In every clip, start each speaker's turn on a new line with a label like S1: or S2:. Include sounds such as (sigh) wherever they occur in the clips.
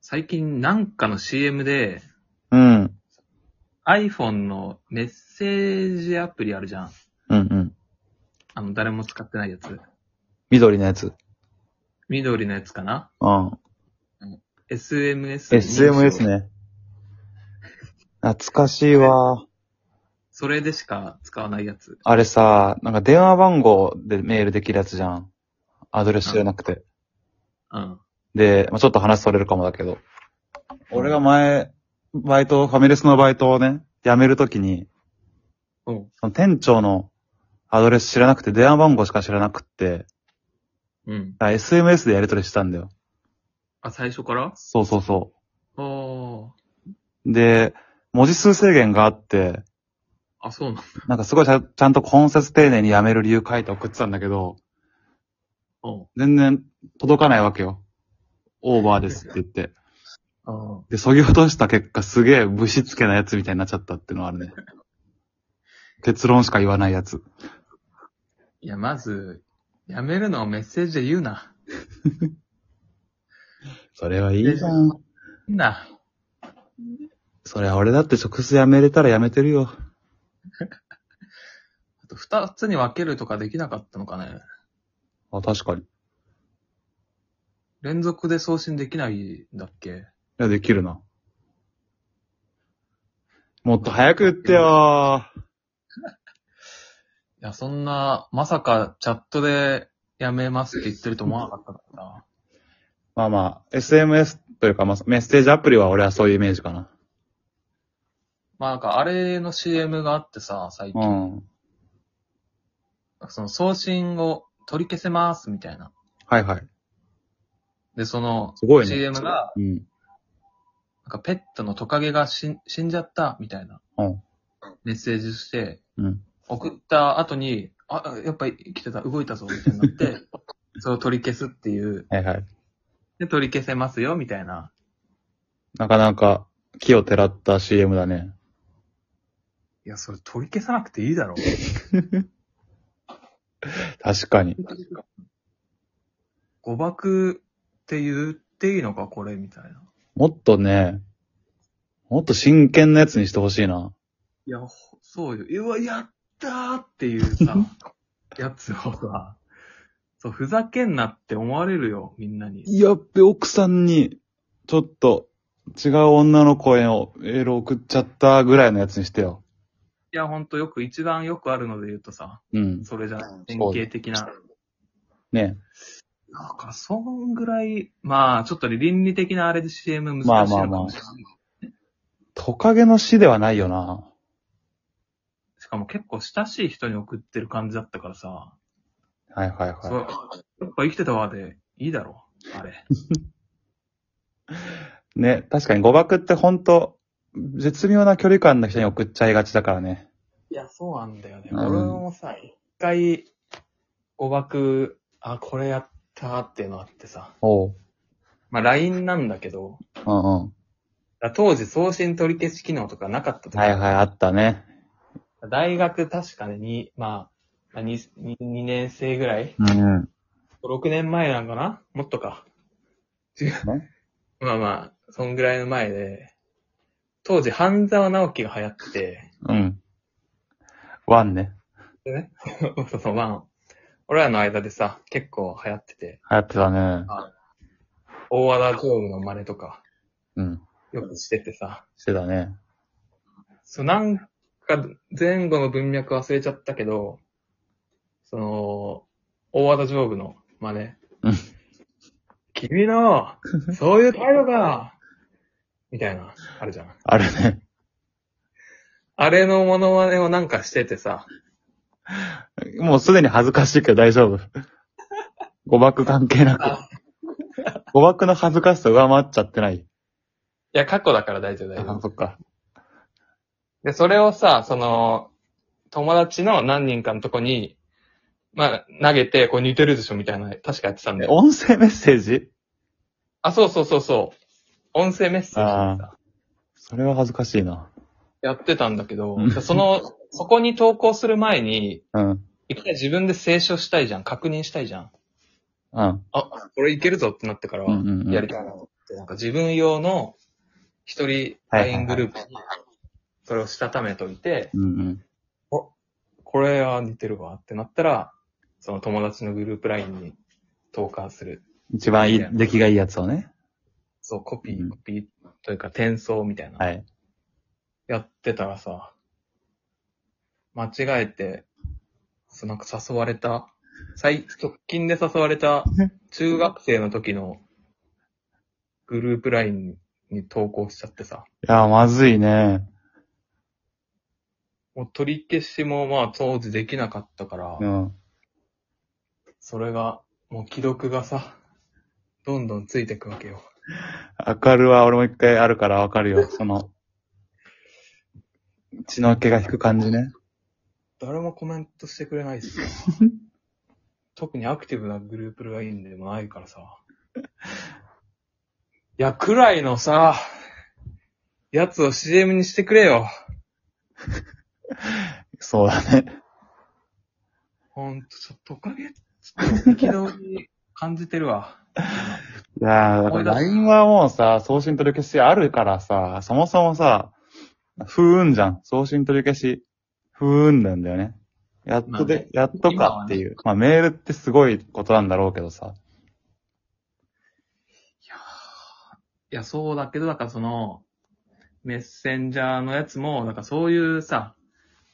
S1: 最近なんかの CM で
S2: うん。うん
S1: iPhone のメッセージアプリあるじゃん。
S2: うん。
S1: あの、誰も使ってないやつ。
S2: 緑のやつ。
S1: 緑のやつかな
S2: うん。
S1: ?SMS。
S2: SMS。ね。懐かしいわ。
S1: それでしか使わないやつ。
S2: あれさ、なんか電話番号でメールできるやつじゃん。アドレス知らなくて。
S1: うん。
S2: で、まあ、ちょっと話それるかもだけど。俺が前、バイト、ファミレスのバイトをね、辞めるときに、
S1: うん。
S2: その店長のアドレス知らなくて、電話番号しか知らなくって、
S1: うん。
S2: だから SMS でやり取りしたんだよ。
S1: あ、最初から
S2: そうそうそ
S1: おー。
S2: う。で、文字数制限があって、
S1: あ、そうなんだ。
S2: なんかすごいちゃんちゃんと根節丁寧に辞める理由書いて送ってたんだけど、
S1: うん。
S2: 全然届かないわけよ。オーバーですって言って。
S1: あ
S2: で、そぎ落とした結果すげえぶしつけなやつみたいになっちゃったっていうのはある (laughs) ね。結論しか言わないやつ。
S1: いや、まず、やめるのをメッセージで言うな。
S2: それはい
S1: いじゃん。言うな。
S2: それは俺だって直接辞めれたら辞めてるよ。
S1: あと、二つに分けるとかできなかったのかね。
S2: あ、確かに。い
S1: 連続で送信できないんだっけ
S2: や、できるな。もっと早く言ってよ
S1: いや、そんな、まさかチャットでやめますって言ってると思わなかったからな。 (laughs)
S2: まあまあ、SMS というか、まあ、メッセージアプリは俺はそういうイメージかな。
S1: まあなんか、あれの CM があってさ、最近、
S2: ん。
S1: その送信を取り消せますみたいな。
S2: はいはい。
S1: で、その、
S2: すごいね
S1: CM が、
S2: うん。
S1: なんかペットのトカゲが死ん死んじゃったみたいな
S2: うん。
S1: メッセージして、
S2: うん。
S1: 送った後に、あ、やっぱり来てた、動いたぞみたいにな
S2: (laughs)
S1: って、それを取り消すっていう、
S2: はいはい。
S1: で、取り消せますよみたいな。
S2: なかなか、木をてらった CM だね。
S1: いや、それ取り消さなくていいだろ。
S2: 確かに。
S1: 誤爆って言っていいのか、これみたいな。
S2: もっとね、もっと真剣なやつにしてほしいな。
S1: いや、ほそうよ。うわ、やったーっていうさ、 (laughs) やつをさ、そう、ふざけんなって思われるよ、みんなに。
S2: やっべ、奥さんに、ちょっと、違う女の声をメール送っちゃったぐらいのやつにしてよ。
S1: いや、ほんとよく、一番よくあるので言うとさ、
S2: うん。
S1: それじゃない、典
S2: そう
S1: 型的な。
S2: ね。
S1: なんか、そんぐらい、まあ、ちょっとね倫理的なあれで CM 難しいのかもしれない。
S2: トカゲの死ではないよな。
S1: しかも結構親しい人に送ってる感じだったからさ、
S2: はいはいはい。
S1: そうやっぱ生きてたわで、いいだろ、あれ。
S2: ね、確かに誤爆ってほんと、絶妙な距離感の人に送っちゃいがちだからね。
S1: いや、そうなんだよね。
S2: うん
S1: 俺もさ、一回、誤爆、あ、これやったーっていうのあってさ。
S2: おう。
S1: まあ、LINE なんだけど、
S2: うんうん。
S1: だ当時送信取り消し機能とかなかった時、
S2: はいはい、あったね。
S1: 大学確かね、に、まあ、2, 2, 2年生ぐらい
S2: うんうん。
S1: ?6 年前なんかなもっとか。違
S2: ね
S1: う。まあまあ、そんぐらいの前で、当時、半沢直樹が流行ってて、
S2: うん。ワンね。
S1: でね、 (laughs) そうそう、まあ、俺らの間でさ、結構流行ってて、
S2: 流行ってたね。
S1: 大和田常務の真似とか、
S2: うん。
S1: よくしててさ、
S2: してたね。
S1: そう、なんか前後の文脈忘れちゃったけど、その、大和田常務の真似
S2: うん。
S1: 君の、そういう態度が、みたいな、あるじゃん。
S2: あるね。
S1: あれのモノマネをなんかしててさ、
S2: もうすでに恥ずかしいけど大丈夫。 (laughs) 誤爆関
S1: (laughs)
S2: 係なく。誤爆の恥ずかしさ上回っちゃってない。
S1: いや、過去だから大丈夫大丈
S2: あ、
S1: 夫。
S2: そっか。
S1: で、それをさ、その、友達の何人かのとこに、まあ、投げて、これ似てるでしょみたいな、確かやってたんだ
S2: え
S1: よ。
S2: 音声メッセージ
S1: あ、そうそうそうそう。音声メッセージでさ
S2: それは恥ずかしいな。
S1: やってたんだけど
S2: うん、
S1: その、そこに投稿する前に、
S2: うん。
S1: 一回自分で清書したいじゃん。確認したいじゃん。
S2: うん。
S1: あ、これいけるぞってなってから
S2: うんうんうん
S1: やりたいな。って、なんか自分用の一人 LINE グループに、それをしたためといて、
S2: うんうん。
S1: これは似てるわってなったら、その友達のグループ LINE に投函する。
S2: 一番いい、出来がいいやつをね。
S1: そう、コピ
S2: う
S1: ー、
S2: ん
S1: コピーというか転送みたいな。
S2: はい。
S1: やってたらさ、間違えて、そうなんか誘われた、最、直近で誘われた、中学生の時の、グループ LINE に投稿しちゃってさ、
S2: いや、まずいね。
S1: もう取り消しもまあ当時できなかったから、
S2: うん。
S1: それが、もう既読がさ、どんどんついてくわけよ。
S2: わかるわ、俺も一回あるからわかるよ。その、血の気が引く感じね。
S1: 誰もコメントしてくれないし
S2: (laughs)
S1: さ特にアクティブなグループ LINE でもないからさ。いや、くらいのさ、やつを CM にしてくれよ。
S2: そうだね。
S1: ほんと、ちょっとトカゲ、ちょっと憤り感じてるわ。
S2: いやー、だ
S1: 思
S2: か
S1: い出
S2: ら
S1: す
S2: LINE はもうさ、送信取り消しあるからさ、そもそもさ、不運じゃん。送信取り消し、不運なんだよね。やっとで、
S1: まあね
S2: やっとかっていう。まあメールってすごいことなんだろうけどさ。
S1: いや、そうだけど、だからその、メッセンジャーのやつも、なんかそういうさ、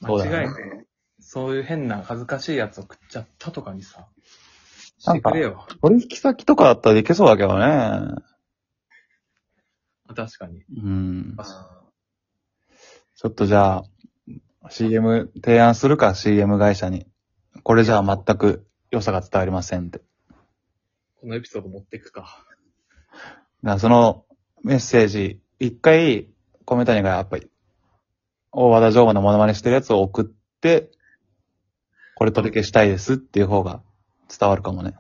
S2: そう
S1: 間
S2: だね
S1: 違えて、そういう変な恥ずかしいやつを食っちゃったとかにさ、し
S2: な
S1: て
S2: んか
S1: くれよ。
S2: 取引先とかだったらいけそうだけどね。
S1: 確かに。
S2: うん。ちょっとじゃあ、CM 提案するか、CM 会社に。これじゃあ全く良さが伝わりませんって。だか
S1: このエピソード持っていくか。
S2: らそのメッセージ、一回、米谷がやっぱり、大和田常馬のモノマネしてるやつを送って、これ取り消したいですっていう方が伝わるかもね。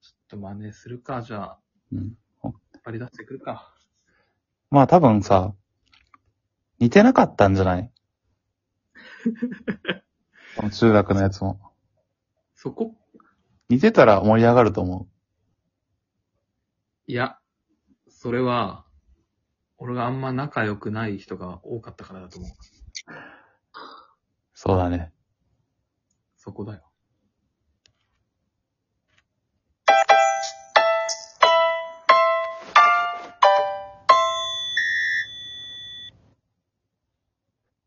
S1: ちょっと真似するか、じゃあ、
S2: うん、
S1: 引っ張り出してくるか。
S2: まあ多分さ、似てなかったんじゃないこの中学のやつも。
S1: そこ
S2: 似てたら盛り上がると思
S1: いや、それは、俺があんま仲良くない人が多かったからだと思う。
S2: う。そうだね。
S1: そこだよ。